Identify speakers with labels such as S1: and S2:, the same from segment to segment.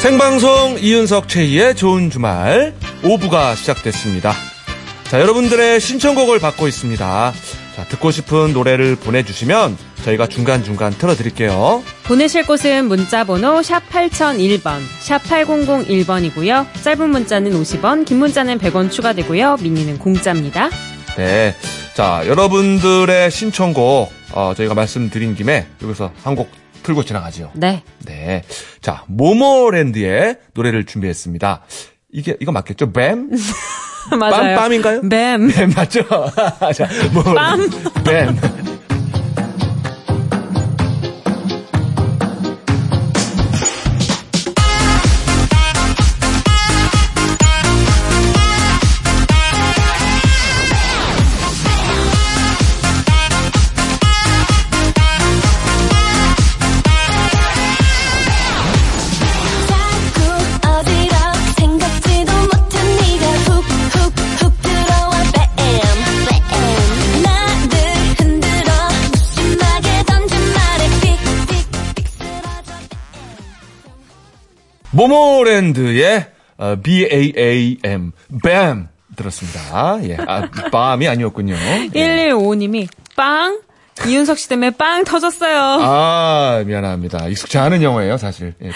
S1: 생방송 이윤석 최희의 좋은 주말 5부가 시작됐습니다. 자, 여러분들의 신청곡을 받고 있습니다. 자, 듣고 싶은 노래를 보내주시면 저희가 중간중간 틀어드릴게요.
S2: 보내실 곳은 문자번호 샵 8001번, 샵 8001번이고요. 짧은 문자는 50원, 긴 문자는 100원 추가되고요. 미니는 공짜입니다.
S1: 네. 자, 여러분들의 신청곡, 어, 저희가 말씀드린 김에 여기서 한 곡 틀고 지나가지요.
S2: 네.
S1: 네. 자, 모모랜드의 노래를 준비했습니다. 이게, 이거 맞겠죠? 뱀?
S2: 맞아요. 네.
S1: 빰빰인가요? 네.
S2: 뱀.
S1: 뱀 맞죠? 자, 모모랜드. 뱀.
S3: 자꾸 어지럽 생각지도 못한 네가 훅 훅 훅 들어와 뱀뱀 나를 흔들어 무심하게 던진 말에 삑삑삑 쓰러져
S1: 모모랜드의 어, BAAM 뱀 들었습니다. 예, 아, 빰이 아니었군요. 예.
S2: 115님이 빵? 이윤석 씨 때문에 빵 터졌어요.
S1: 아 미안합니다. 익숙치 않은 영어예요, 사실. 예.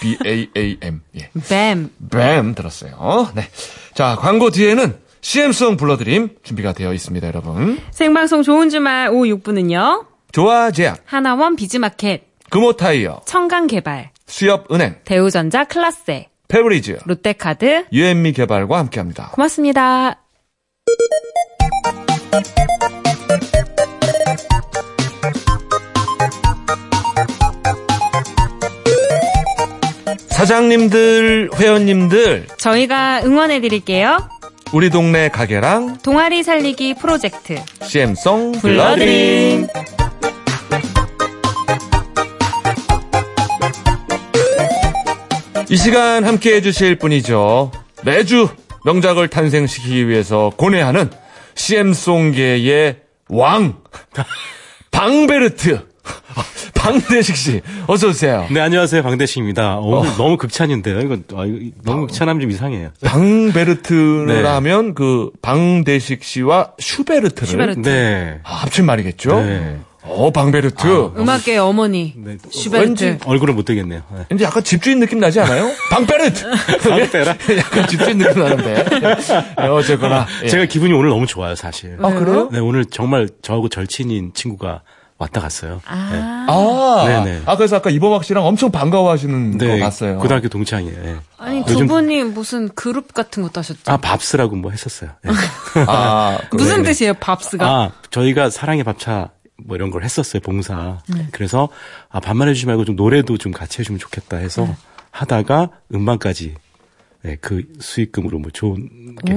S1: BAAM 예.
S2: 뱀.
S1: 뱀 들었어요. 네, 자 광고 뒤에는 CM송 불러드림 준비가 되어 있습니다, 여러분.
S2: 생방송 좋은 주말 오후 6분은요.
S1: 조아제약,
S2: 하나원 비즈마켓,
S1: 금호타이어,
S2: 청강개발,
S1: 수협은행,
S2: 대우전자 클라세,
S1: 페브리즈,
S2: 롯데카드.
S1: 유앤미 개발과 함께합니다.
S2: 고맙습니다.
S1: 사장님들, 회원님들,
S2: 저희가 응원해 드릴게요.
S1: 우리 동네 가게랑
S2: 동아리 살리기 프로젝트.
S1: CM송
S2: 불러드림.
S1: 불러드림. 이 시간 함께 해주실 분이죠. 매주 명작을 탄생시키기 위해서 고뇌하는 CM송계의 왕! 방베르트! 방대식 씨, 어서오세요.
S4: 네, 안녕하세요. 방대식입니다. 어, 오늘 너무 극찬인데요. 이거, 아, 이거 너무 극찬하면 좀 이상해요.
S1: 방베르트라면 그 방대식 씨와 슈베르트를
S2: 슈베르트.
S4: 네.
S1: 아, 합친 말이겠죠?
S4: 네.
S1: 어, 방베르트.
S2: 음악계의 어머니.
S4: 네.
S2: 슈베르트.
S4: 얼굴을 못 되겠네요. 네.
S1: 근데 약간 집주인 느낌 나지 않아요? 방베르트!
S4: 방베라?
S1: 약간 집주인 느낌 나는데. 예, 어쨌거나. 예.
S4: 제가 기분이 오늘 너무 좋아요, 사실.
S1: 아, 그래요?
S4: 네, 오늘 정말 저하고 절친인 친구가 왔다 갔어요.
S2: 아,
S1: 아,
S4: 네네.
S1: 아, 그래서 아까 이범학 씨랑 엄청 반가워 하시는
S4: 네.
S1: 거 봤어요.
S4: 고등학교 동창이에요. 네.
S2: 아니 두
S4: 요즘-
S2: 분이 무슨 그룹 같은 것도 하셨죠?
S4: 아, 밥스라고 뭐 했었어요. 네.
S1: 아, 그
S2: 무슨
S1: 왜-
S2: 뜻이에요,
S1: 그러니까
S2: 밥스가?
S4: 아, 저희가 사랑의 밥차 뭐 이런 걸 했었어요, 봉사.
S1: 네.
S4: 그래서, 아, 반만 해주지 말고 좀 노래도 좀 같이 해주면 좋겠다 해서
S1: 네.
S4: 하다가 음반까지, 네, 그 수익금으로 뭐 좋은 게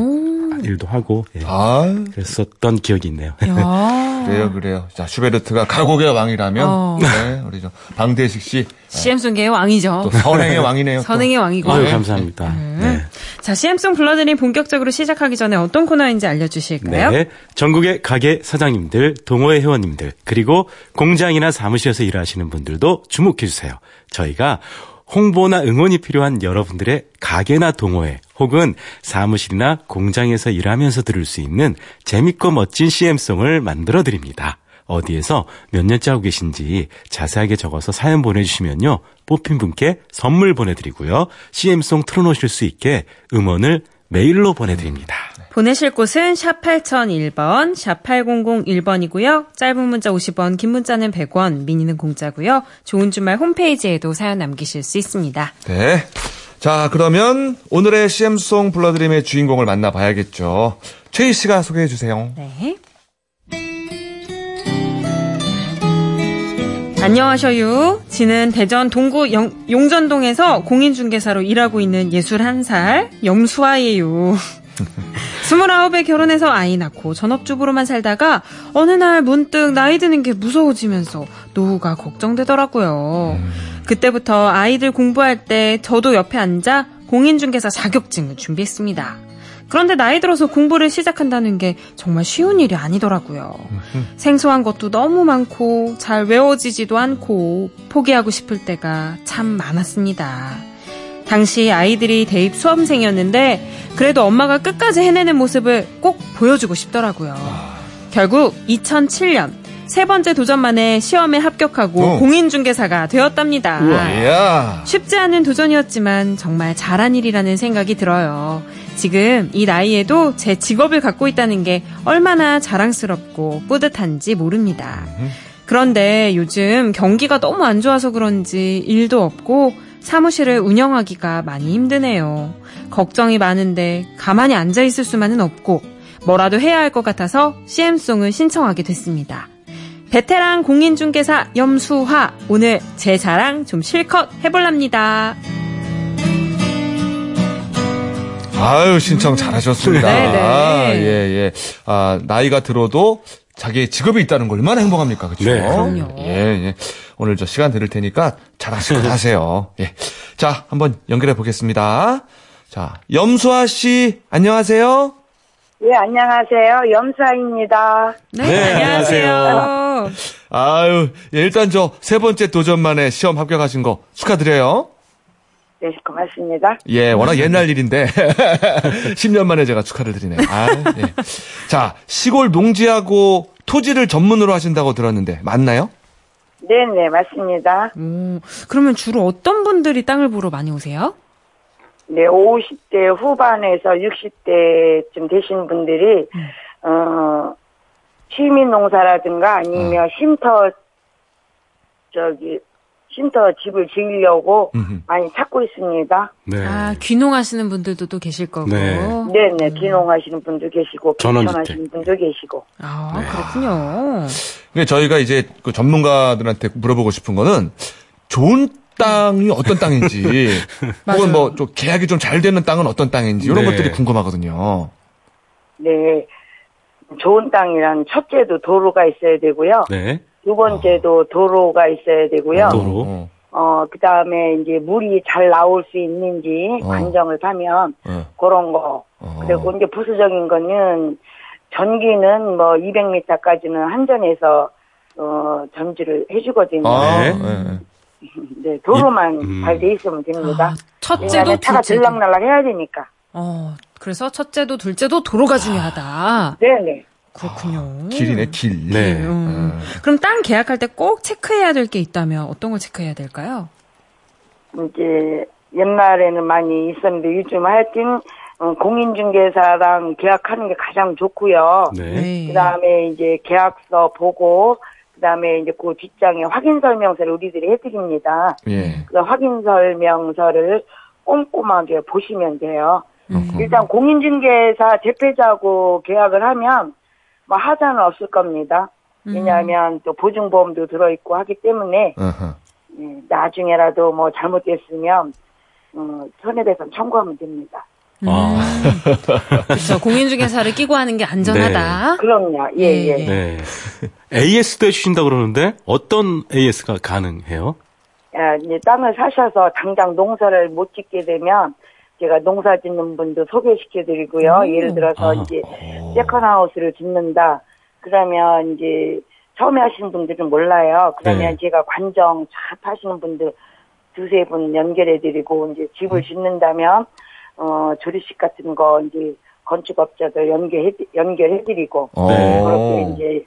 S4: 일도 하고, 예.
S1: 아, 그러니까.
S4: 그랬었던 기억이 있네요.
S2: 야.
S1: 그래요, 그래요. 자, 슈베르트가 가곡의 왕이라면,
S2: 어.
S1: 네, 우리 저, 방대식 씨,
S2: CM송계의 왕이죠.
S1: 또 선행의 왕이네요. 또.
S2: 선행의 왕이고.
S4: 아유, 감사합니다.
S1: 음.
S4: 네.
S2: 자, CM송 불러드림 본격적으로 시작하기 전에 어떤 코너인지 알려주실까요?
S4: 네. 전국의 가게 사장님들, 동호회 회원님들, 그리고 공장이나 사무실에서 일하시는 분들도 주목해 주세요. 저희가 홍보나 응원이 필요한 여러분들의 가게나 동호회 혹은 사무실이나 공장에서 일하면서 들을 수 있는 재밌고 멋진 CM송을 만들어 드립니다. 어디에서 몇 년째 하고 계신지 자세하게 적어서 사연 보내주시면요. 뽑힌 분께 선물 보내드리고요. CM송 틀어놓으실 수 있게 음원을 메일로 보내드립니다.
S2: 보내실 곳은 샵 8001번, 샵 8001번이고요. 짧은 문자 50원, 긴 문자는 100원, 미니는 공짜고요. 좋은 주말 홈페이지에도 사연 남기실 수 있습니다.
S1: 네. 자, 그러면 오늘의 CM송 불러드림의 주인공을 만나봐야겠죠. 최희 씨가 소개해 주세요.
S2: 네. 안녕하셔요. 지는 대전 동구 영- 용전동에서 공인중개사로 일하고 있는 61살 염수아예요. 29에 결혼해서 아이 낳고 전업주부로만 살다가 어느 날 문득 나이 드는 게 무서워지면서 노후가 걱정되더라고요. 그때부터 아이들 공부할 때 저도 옆에 앉아 공인중개사 자격증을 준비했습니다. 그런데 나이 들어서 공부를 시작한다는 게 정말 쉬운 일이 아니더라고요. 생소한 것도 너무 많고 잘 외워지지도 않고 포기하고 싶을 때가 참 많았습니다. 당시 아이들이 대입 수험생이었는데 그래도 엄마가 끝까지 해내는 모습을 꼭 보여주고 싶더라고요. 결국 2007년 세 번째 도전 만에 시험에 합격하고
S1: 어. 예.
S2: 공인중개사가 되었답니다.
S1: 이야.
S2: 쉽지 않은 도전이었지만 정말 잘한 일이라는 생각이 들어요. 지금 이 나이에도 제 직업을 갖고 있다는 게 얼마나 자랑스럽고 뿌듯한지 모릅니다. 그런데 요즘 경기가 너무 안 좋아서 그런지 일도 없고 사무실을 운영하기가 많이 힘드네요. 걱정이 많은데 가만히 앉아 있을 수만은 없고 뭐라도 해야 할 것 같아서 CM송을 신청하게 됐습니다. 베테랑 공인중개사 염수화 오늘 제 자랑 좀 실컷 해볼랍니다.
S1: 아유, 신청 잘하셨습니다.
S2: 네, 네.
S1: 아, 예, 예. 아, 나이가 들어도 자기의 직업이 있다는 거 얼마나 행복합니까? 그렇죠?
S4: 네,
S2: 그럼요.
S1: 예, 예. 오늘 저 시간 드릴 테니까 잘하실 거 하세요. 예. 자, 한번 연결해 보겠습니다. 자, 염수아 씨, 안녕하세요.
S5: 예, 안녕하세요. 염사입니다.
S2: 네,
S4: 네,
S2: 안녕하세요.
S1: 아유, 예, 일단 저 세 번째 도전만에 시험 합격하신 거 축하드려요.
S5: 네, 고맙습니다.
S1: 예, 워낙 옛날 일인데 10년 만에 제가 축하를 드리네요. 아, 예. 자, 시골 농지하고 토지를 전문으로 하신다고 들었는데 맞나요?
S5: 네, 네, 맞습니다.
S4: 음.
S2: 오, 어, 그러면 주로 어떤 분들이 땅을 보러 많이 오세요?
S5: 네, 50대 후반에서 60대쯤 되신 분들이
S4: 음.
S5: 어 시민 농사라든가
S4: 음.
S5: 아니면 쉼터 저기 쉼터 집을 지으려고
S1: 음흠.
S5: 많이 찾고 있습니다.
S4: 네.
S2: 아, 귀농하시는 분들도 또 계실 거고.
S4: 네.
S5: 네, 네, 귀농하시는 분도 계시고
S4: 전원주택.
S5: 귀촌하시는 분도 계시고.
S2: 아, 그렇군요.
S1: 근데 저희가 이제 그 전문가들한테 물어보고 싶은 거는 좋은 땅이 어떤 땅인지
S2: 맞아요.
S1: 혹은 뭐 좀 계약이 좀 잘 되는 땅은 어떤 땅인지 이런
S4: 네.
S1: 것들이 궁금하거든요.
S5: 네. 좋은 땅이란 첫째도 도로가 있어야 되고요.
S4: 네.
S5: 두 번째도 도로가 있어야 되고요.
S4: 아, 도로.
S1: 어,
S5: 어, 그 다음에 이제 물이 잘 나올 수 있는지
S4: 아.
S1: 어.
S5: 관정을 하면
S1: 어,
S5: 그런 거.
S1: 어.
S5: 그리고 이제 부수적인 거는 전기는 뭐 200m까지는 한전에서 어, 전지를 해주거든요.
S1: 아,
S4: 네.
S1: 예, 예.
S5: 네, 도로만
S4: 이- 음.
S5: 잘 돼 있으면 됩니다.
S2: 아, 첫째도
S5: 왜냐하면 차가
S2: 둘째도.
S5: 들락날락 해야 되니까.
S2: 어, 그래서 첫째도 둘째도 도로가 중요하다.
S5: 네네.
S2: 그렇군요.
S1: 길이네 길.
S4: 네.
S2: 음. 그럼 땅 계약할 때 꼭 체크해야 될 게 있다면 어떤 걸 체크해야 될까요?
S5: 이제 옛날에는 많이 있었는데 요즘 하여튼 어, 공인중개사랑 계약하는 게 가장 좋고요.
S4: 네.
S5: 그다음에 이제 계약서 보고 그다음에 이제 그 뒷장에 확인 설명서를 우리들이 해드립니다.
S1: 예.
S5: 그 확인 설명서를 꼼꼼하게 보시면 돼요.
S1: 음.
S5: 일단 공인중개사 대표자하고 계약을 하면 뭐 하자는 없을 겁니다.
S4: 음.
S5: 왜냐하면 또 보증보험도 들어있고 하기 때문에
S1: 어허.
S5: 예, 나중에라도 뭐 잘못됐으면 어, 손해배상 청구하면 됩니다.
S4: 아,
S2: 그렇죠. 공인중개사를 끼고 하는 게 안전하다.
S5: 그럼요. 예 예.
S2: 예.
S4: 네. AS도 해주신다고 그러는데 어떤 AS가 가능해요?
S5: 아, 이제 땅을 사셔서 당장 농사를 못 짓게 되면 제가 농사 짓는 분도 소개시켜 드리고요. 예를 들어서
S4: 아,
S5: 이제 세컨하우스를 짓는다. 그러면 이제 처음에 하시는 분들은 몰라요. 그러면
S4: 네.
S5: 제가 관정 잘 파시는 분들 두세 분 연결해 드리고 이제 집을
S4: 음.
S5: 짓는다면 어 조리식 같은 거 이제 건축업자들 연결해 연결해 드리고
S4: 네.
S5: 그렇게
S1: 어.
S5: 이제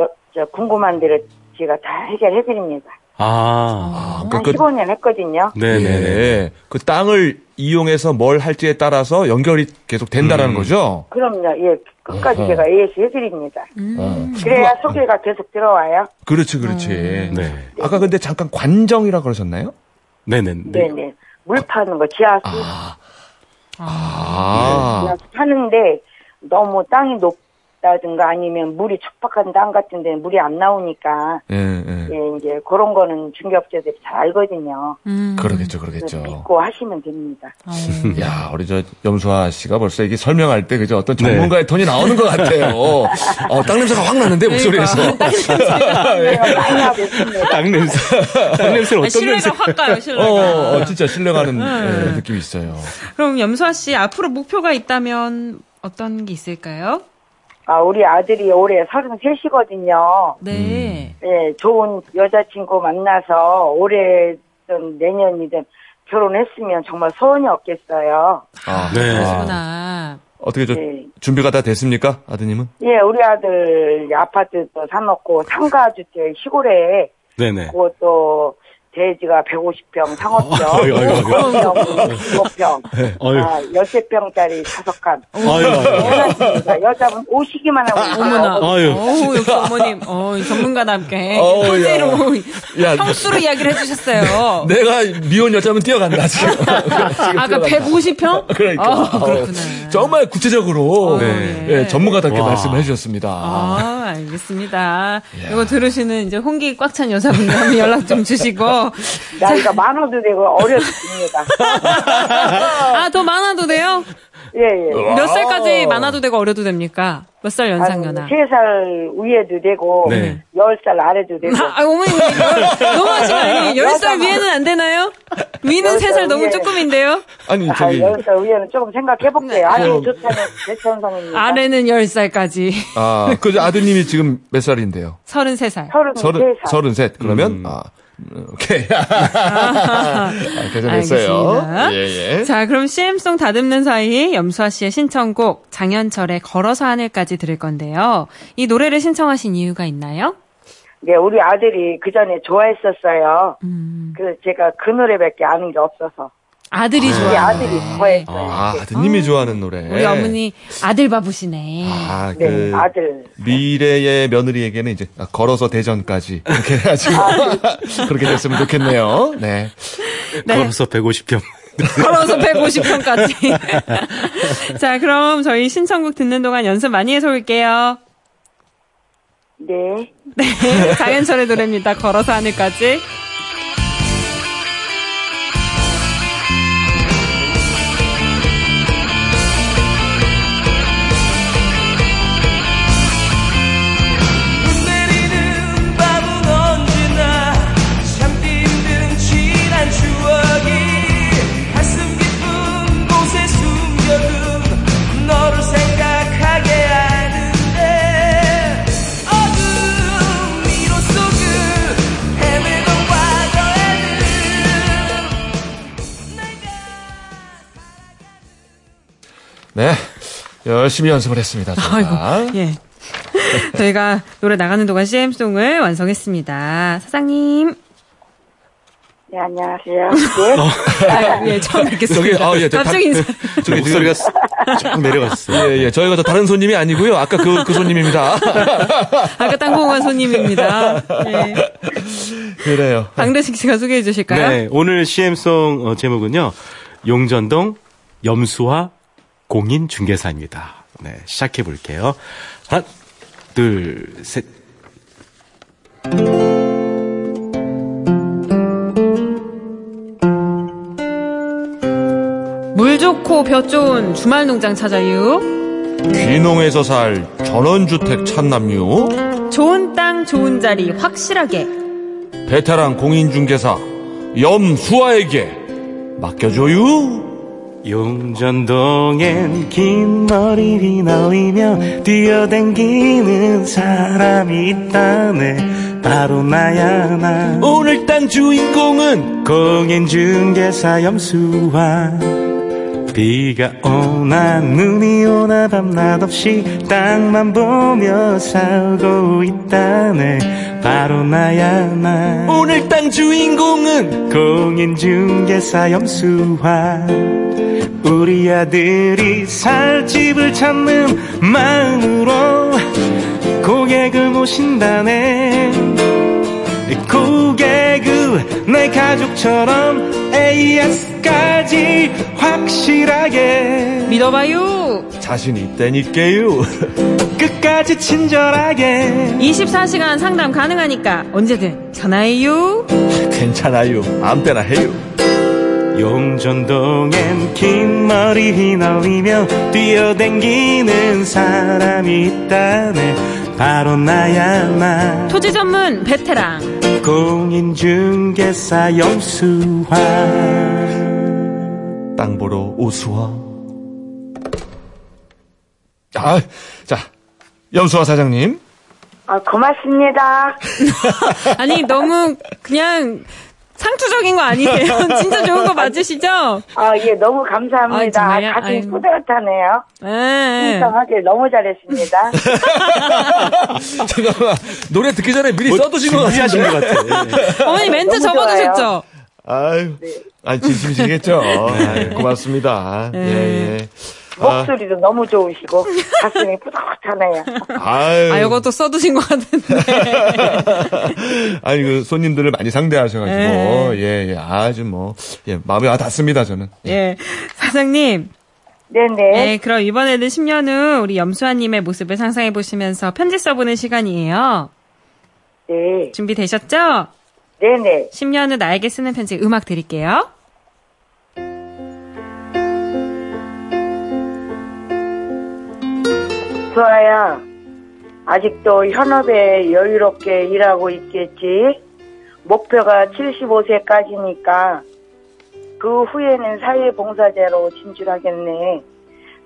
S5: 여- 저 궁금한 데를 제가 다 해결해 드립니다.
S4: 아.
S1: 아,
S5: 한
S1: 그러니까 그-
S5: 15년 했거든요.
S4: 네네네.
S1: 예. 그 땅을 이용해서 뭘 할지에 따라서 연결이 계속 된다라는
S4: 음.
S1: 거죠?
S5: 그럼요. 예, 끝까지
S1: 어허.
S5: 제가 AS 해드립니다.
S2: 음.
S1: 어.
S5: 그래야 소개가 예, 계속 들어와요.
S1: 그렇지, 그렇지.
S4: 네.
S1: 아까 근데 잠깐 관정이라 그러셨나요?
S4: 네네.
S5: 네, 네. 물 파는 거 지하수
S1: 아. 아.
S5: 지하수 파는데 너무 땅이 높다든가 아니면 물이 척박한 땅 같은 데는 물이 안 나오니까
S1: 예, 예.
S5: 예, 이제 그런 거는 중개업자들이 잘 알거든요.
S2: 음.
S1: 그러겠죠,
S5: 그래서
S1: 그러겠죠.
S5: 믿고 하시면 됩니다.
S2: 어.
S1: 야, 우리 저 염수아 씨가 벌써 이게 설명할 때 그죠?
S4: 네.
S1: 어떤 전문가의 톤이 나오는 것 같아요. 어, 땅 냄새가 확 나는데 목소리에서.
S4: 그러니까.
S1: 아, 네.
S5: 제가 네, 많이 하고 있습니다.
S4: 땅 냄새. 땅 냄새는
S2: 아,
S4: 어떤 냄새?
S2: 신뢰가 확 가요,
S1: 어,
S2: 신뢰가.
S4: 그러니까.
S1: 어, 진짜 신뢰가는
S4: 음.
S1: 예, 느낌이 있어요.
S2: 그럼 염소아 씨 앞으로 목표가 있다면 어떤 게 있을까요?
S5: 아, 우리 아들이 올해 33이거든요.
S2: 네.
S5: 음. 예, 좋은 여자친구 만나서 올해든 내년이든 결혼했으면 정말 소원이 없겠어요.
S1: 아,
S4: 네.
S1: 아.
S2: 그러나
S1: 어떻게 저
S5: 네.
S1: 준비가 다 됐습니까? 아드님은?
S5: 예, 우리 아들 아파트도 사놓고 상가주택 시골에
S4: 네네.
S5: 그것도 돼지가 150평, 상업평,
S4: 아이고, 아이고, 아이고.
S5: 5평, 7평,
S4: 아이고.
S5: 아, 13평짜리 다섯 칸.
S4: 아유, 아유,
S5: 그러니까 여자분 오시기만 하고
S2: 어머나.
S5: 있어요.
S4: 아유.
S2: 어우, 역시 어머님. 어, 전문가답게.
S1: 어우, 야.
S2: 현재로
S1: 야, 네.
S2: 평수로 이야기를 해주셨어요.
S1: 내가 미혼 여자면 뛰어간다 지금.
S2: 아까 150평?
S1: 네. 그러니까.
S2: 아,
S1: 어,
S2: 그렇구나.
S1: 정말 구체적으로
S2: 어,
S4: 네.
S1: 예, 전문가답게
S4: 와.
S1: 말씀해 주셨습니다.
S2: 아, 알겠습니다. 이거 들으시는 이제 홍기 꽉 찬 여자분들 연락 좀 주시고.
S5: 나이가 많아도 되고 어려습니다.
S2: 아, 더 많아도 돼요?
S5: 예, 예.
S2: 몇 살까지 많아도 되고 어려도 됩니까? 몇 살 연상연하?
S5: 한 세 살 위에도 되고
S4: 네.
S5: 열 살 아래도 되고
S2: 아, 어머니, 너무 하지 마요. 10살 위에는 안 되나요? 위는
S5: 열살
S2: 3살 너무
S5: 위에.
S2: 조금인데요?
S1: 아니 예? 저기 네.
S5: 열 살 위에는 조금 생각해 볼게요. 아니 좋다는 대천성입니다.
S2: 네. 아래는 네. 10살까지.
S1: 아, 그 아드님이 지금 몇 살인데요?
S2: 33살.
S1: 서른
S5: 서른 세 살.
S1: 서른셋 그러면 아 네, 음, 오케이 아, 괜찮았어요.
S2: 알겠습니다.
S1: 예예.
S2: 자, 그럼 CM송 다듬는 사이 염수아 씨의 신청곡 장현철의 걸어서 하늘까지 들을 건데요. 이 노래를 신청하신 이유가 있나요?
S5: 네, 우리 아들이 그 전에 좋아했었어요.
S2: 음.
S5: 그래서 제가 그 노래밖에 아는 게 없어서
S2: 아들이
S5: 우리
S2: 네. 좋아요.
S5: 아들이 좋아했어요.
S1: 아 아드님이 좋아하는 노래.
S2: 우리 어머니 아들 바쁘시네.
S1: 아그
S5: 네, 아들.
S1: 미래의 며느리에게는 이제 아, 걸어서 대전까지 이렇게 해가지고 그렇게 됐으면 좋겠네요. 네.
S2: 네.
S4: 걸어서 150평.
S2: 걸어서 150평까지. 자, 그럼 저희 신청곡 듣는 동안 연습 많이 해서 올게요.
S5: 네.
S2: 네. 장현철의 노래입니다. 걸어서 하늘까지.
S6: 내리는 밤은 언제나 참기 힘든 지난 추억이 가슴 깊은 곳에 숨겨둔 너를 생각하게 하는데 어둠 미로 속을 헤매던 과거에는
S1: 네. 열심히 연습을 했습니다. 저희가.
S2: 예. 저희가 노래 나가는 동안 CM송을 완성했습니다. 사장님.
S5: 네, 안녕하세요. 네.
S2: 아, 예, 처음 뵙겠습니다.
S1: 저기, 아, 예, 저
S2: 갑자기
S1: 박-
S2: 인사.
S1: 저기 지금-
S4: 목소리가 쫙 내려갔어요.
S1: 예, 예. 저희가 저 다른 손님이 아니고요. 아까 그, 그 손님입니다.
S2: 아까 땅콩한 손님입니다. 예.
S1: 그래요.
S2: 강대식 씨가 소개해 주실까요?
S4: 네, 오늘 CM송 어, 제목은요. 용전동 염수화 공인 중개사입니다. 네, 시작해 볼게요. 하나, 둘, 셋.
S2: 물 좋고 벼 좋은 주말 농장 찾아요.
S1: 귀농에서 살 전원주택 찬남유.
S2: 좋은 땅, 좋은 자리 확실하게.
S1: 베테랑 공인중개사 염수아에게 맡겨줘요.
S4: 용전동엔 긴 머리를 날리며 뛰어댕기는 사람이 있다네 바로 나야 나
S1: 오늘 땅 주인공은
S4: 공인중개사 염수와 비가 오나 눈이 오나 밤낮 없이 땅만 보며 살고 있다네 바로 나야 나
S1: 오늘 땅 주인공은
S4: 공인중개사 염수화 우리 아들이 살 집을 찾는 마음으로 고객을 모신다네 고객을 내 가족처럼 AS까지 확실하게
S2: 믿어봐요.
S1: 자신 있다니까요.
S4: 끝까지 친절하게
S2: 24시간 상담 가능하니까 언제든 전화해요.
S1: 괜찮아요. 아무 때나 해요.
S4: 용전동엔 긴 머리 휘날리며 뛰어댕기는 사람이 있다네 바로 나야 나
S2: 토지 전문 베테랑.
S4: 공인중개사 영수화
S1: 땅 보러 오수아. 아, 자, 염수아 사장님.
S5: 아, 고맙습니다.
S2: 아니, 너무 그냥 상투적인 거 아니세요? 진짜 좋은 거 맞으시죠?
S5: 아, 예, 너무 감사합니다.
S2: 아, 정말요?
S5: 가슴이
S2: 아이고.
S5: 뿌듯하네요.
S2: 예.
S5: 신청하길 너무 잘했습니다.
S1: 아, 잠깐만 노래 듣기 전에 미리 써두신 것
S4: 준비하신
S1: 같은데.
S4: 것 같아요. 예.
S2: 어머니 멘트
S5: 너무
S2: 접어두셨죠?
S5: 좋아요.
S1: 아유,
S2: 네.
S1: 아 진심이시겠죠. 아유, 고맙습니다. 예, 예. 아,
S5: 목소리도 너무 좋으시고, 가슴이 뿌듯하네요.
S1: 아유.
S2: 아, 요것도 써두신 것 같은데.
S1: 아니, 그 손님들을 많이 상대하셔가지고,
S2: 네.
S1: 예, 예, 아주 뭐, 예, 마음에 와 닿습니다, 저는.
S2: 예. 사장님.
S5: 네네.
S2: 네, 그럼 이번에는 10년 후 우리 염수아님의 모습을 상상해 보시면서 편지 써보는 시간이에요.
S5: 네.
S2: 준비되셨죠?
S5: 네네.
S2: 10년 후 나에게 쓰는 편지 음악 드릴게요.
S5: 수아야, 아직도 현업에 여유롭게 일하고 있겠지? 목표가 75세까지니까 그 후에는 사회봉사자로 진출하겠네.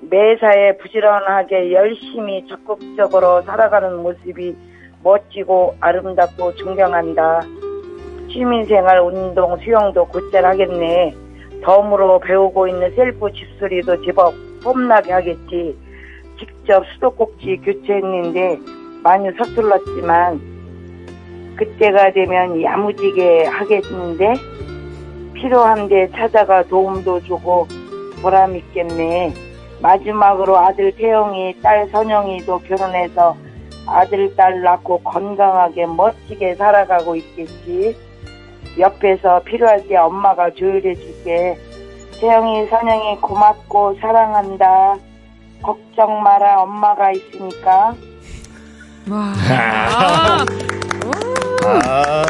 S5: 매사에 부지런하게 열심히 적극적으로 살아가는 모습이 멋지고 아름답고 존경한다. 시민생활, 운동, 수영도 곧잘 하겠네. 덤으로 배우고 있는 셀프 집수리도 제법 뽐나게 하겠지. 직접 수도꼭지 교체했는데 많이 서툴렀지만 그때가 되면 야무지게 하겠는데 필요한 데 찾아가 도움도 주고 보람 있겠네. 마지막으로 아들 태영이, 딸 선영이도 결혼해서 아들, 딸 낳고 건강하게 멋지게 살아가고 있겠지. 옆에서 필요할 때 엄마가 조율해 줄게. 태영이, 선영이 고맙고 사랑한다. 걱정 마라 엄마가 있으니까
S2: 와. 아, 음.
S1: 아,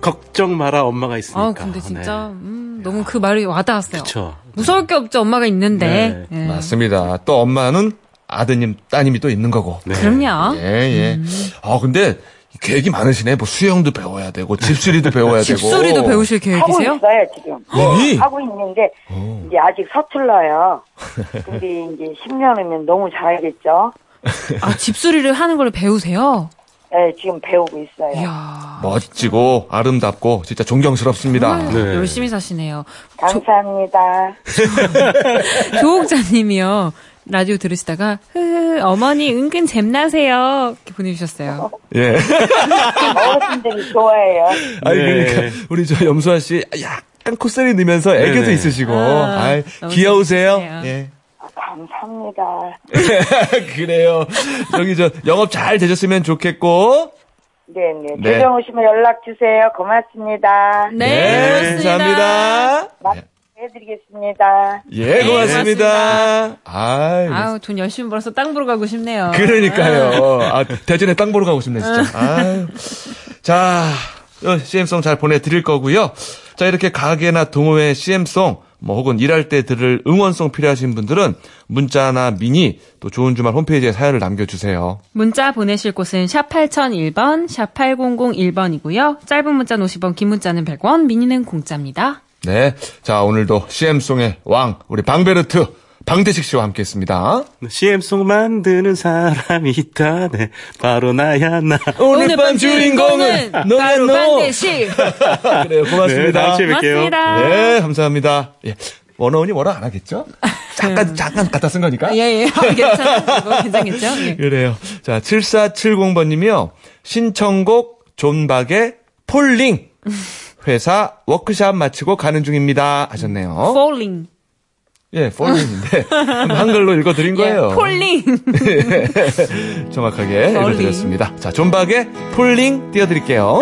S4: 걱정 마라 엄마가 있으니까. 네.
S2: 아,
S1: 그러니까.
S2: 근데
S1: 네.
S2: 진짜 음, 너무 그 말이 와닿았어요.
S4: 그렇죠.
S2: 무서울 게 없죠. 엄마가 있는데. 예.
S1: 네, 맞습니다. 또 엄마는 아드님, 따님이 또 있는 거고.
S4: 네.
S2: 그럼요.
S1: 예, 예.
S2: 음.
S1: 아, 근데 계획이 많으시네. 뭐 수영도 배워야 되고, 집수리도 배워야 되고.
S2: 집소리도 배우실
S5: 하고
S2: 네, 계획이세요?
S5: 있어요 지금
S1: 이미?
S5: 하고 있는데 이제 아직 서툴러요 근데 이제 10년 후면 너무 잘하겠죠
S2: 아, 집소리를 하는 걸 배우세요?
S5: 예, 지금 배우고 있어요
S2: 이야.
S1: 멋지고, 아름답고, 진짜
S2: 아.
S1: 존경스럽습니다.
S4: 네.
S2: 열심히 사시네요. 조,
S5: 감사합니다
S2: 조옥자님이요. 라디오 들으시다가 흐흐 어머니 은근 잼나세요 이렇게 보내주셨어요.
S1: 예.
S5: 어르신들이 좋아해요
S1: 아니
S4: 네.
S1: 그러니까 우리 저 염수아 씨 약간 콧소리 내면서 애교도
S4: 네네.
S1: 있으시고
S2: 아,
S1: 아, 이
S2: 너무
S1: 귀여우세요.
S2: 재밌으세요.
S1: 예.
S5: 감사합니다
S1: 그래요. 저기 저 영업 잘 되셨으면 좋겠고.
S5: 네네
S1: 네.
S5: 재정 오시면 연락 주세요 고맙습니다
S2: 네, 그렇습니다.
S1: 예, 감사합니다.
S5: 해드리겠습니다
S1: 예,
S2: 네,
S1: 고맙습니다. 아유,
S2: 아우 돈 열심히 벌어서 땅 보러 가고 싶네요.
S1: 그러니까요. 아, 대전에 땅 보러 가고 싶네 진짜. 아유. 자, 어, CM송 잘 보내드릴 거고요. 자, 이렇게 가게나 동호회 CM송, 뭐 혹은 일할 때 들을 응원송 필요하신 분들은 문자나 미니 또 좋은 주말 홈페이지에 사연을 남겨주세요.
S2: 문자 보내실 곳은 샵 8001번, 샵 8001번이고요. 짧은 문자는 50원, 긴 문자는 100원, 미니는 공짜입니다.
S1: 네, 자 오늘도 CM송의 왕 우리 방베르트 방대식 씨와 함께했습니다.
S4: 네, CM송 만드는 사람이 있다네. 바로 나야, 나.
S2: 오늘 밤 주인공은 바로 반대시.
S1: 아, 그래요,
S4: 네, 다음
S1: 고맙습니다.
S4: 주에 뵐게요.
S2: 맞습니다.
S1: 네, 감사합니다. 예. 원어원이 원어 안 하겠죠? 잠깐 잠깐 갖다 쓴 거니까.
S2: 음. 예, 예. 괜찮아요. 이거 괜찮겠죠? 예.
S1: 그래요. 자, 7470번님이요. 신청곡 존박의 폴링. 회사 워크샵 마치고 가는 중입니다. 하셨네요.
S2: 폴링.
S1: 예, 폴링인데. 한글로 읽어드린 거예요.
S2: 예, 폴링.
S1: 정확하게
S2: 폴링.
S1: 읽어드렸습니다. 자, 존박의 폴링 띄워드릴게요.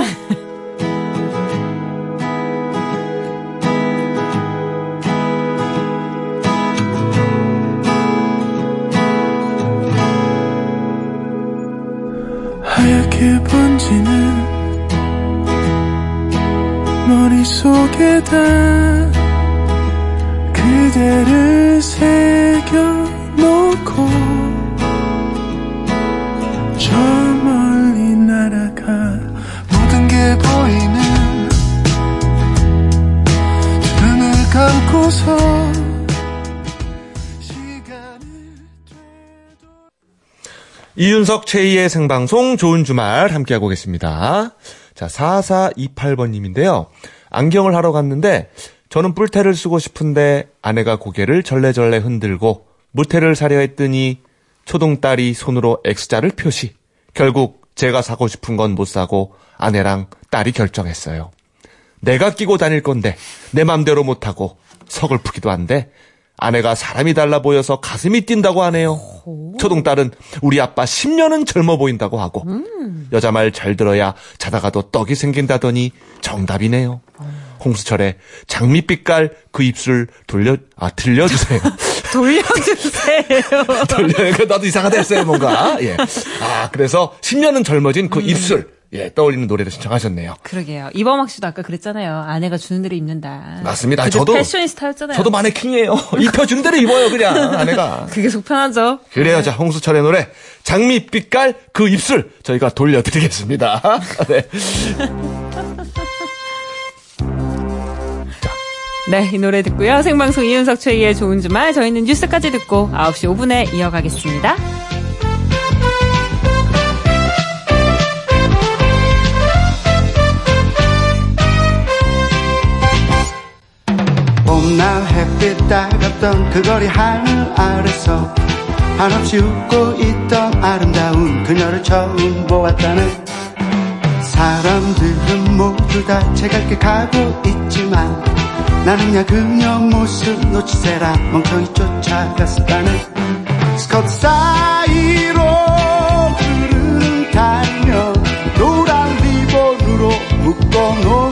S7: 하얗게 번지는 머릿속에다 그대를 새겨놓고 저 멀리 날아가 모든 게 보이는 두 눈을 감고서 시간을 되돌
S1: 이윤석 최희의 생방송 좋은 주말 함께하고 계십니다. 자, 4428번님인데요. 안경을 하러 갔는데 저는 뿔테를 쓰고 싶은데 아내가 고개를 절레절레 흔들고 물테를 사려 했더니 초동딸이 손으로 X자를 표시. 결국 제가 사고 싶은 건 못 사고 아내랑 딸이 결정했어요. 내가 끼고 다닐 건데 내 맘대로 못하고 서글프기도 한데 아내가 사람이 달라 보여서 가슴이 뛴다고 하네요. 초동딸은 우리 아빠 10년은 젊어 보인다고 하고 여자 말 잘 들어야 자다가도 떡이 생긴다더니 정답이네요. 홍수철의 장밋빛깔 그 입술 돌려 아 들려주세요.
S2: 돌려주세요.
S1: 돌려 그 나도 이상하다 했어요 뭔가. 예. 아 그래서 10년은 젊어진 그 입술 예 떠올리는 노래를 신청하셨네요.
S2: 그러게요. 이범학 씨도 아까 그랬잖아요. 아내가 주는 대로 입는다.
S1: 맞습니다.
S2: 그저
S1: 저도-
S2: 패셔니스타였잖아요.
S1: 저도 마네킹이에요. 입혀주는 대로 입어요 그냥 아내가.
S2: 그게 속편하죠.
S1: 그래요. 자, 홍수철의 노래 장미빛깔 그 입술 저희가 돌려드리겠습니다. 네.
S2: 네, 이 노래 듣고요. 생방송 이윤석 최희의 좋은 주말. 저희는 뉴스까지 듣고 9시 5분에 이어가겠습니다.
S7: 봄날 햇빛 따갑던 그 거리 하늘 아래서 한없이 웃고 있던 아름다운 그녀를 처음 보았다네 사람들은 모두 다 제갈게 가고 있지만 나는야 그녀 모습 놓치세라 멍청이 쫓아갔었다네 스컷 사이로 흐르는 달면 노란 리본으로 묶어놓은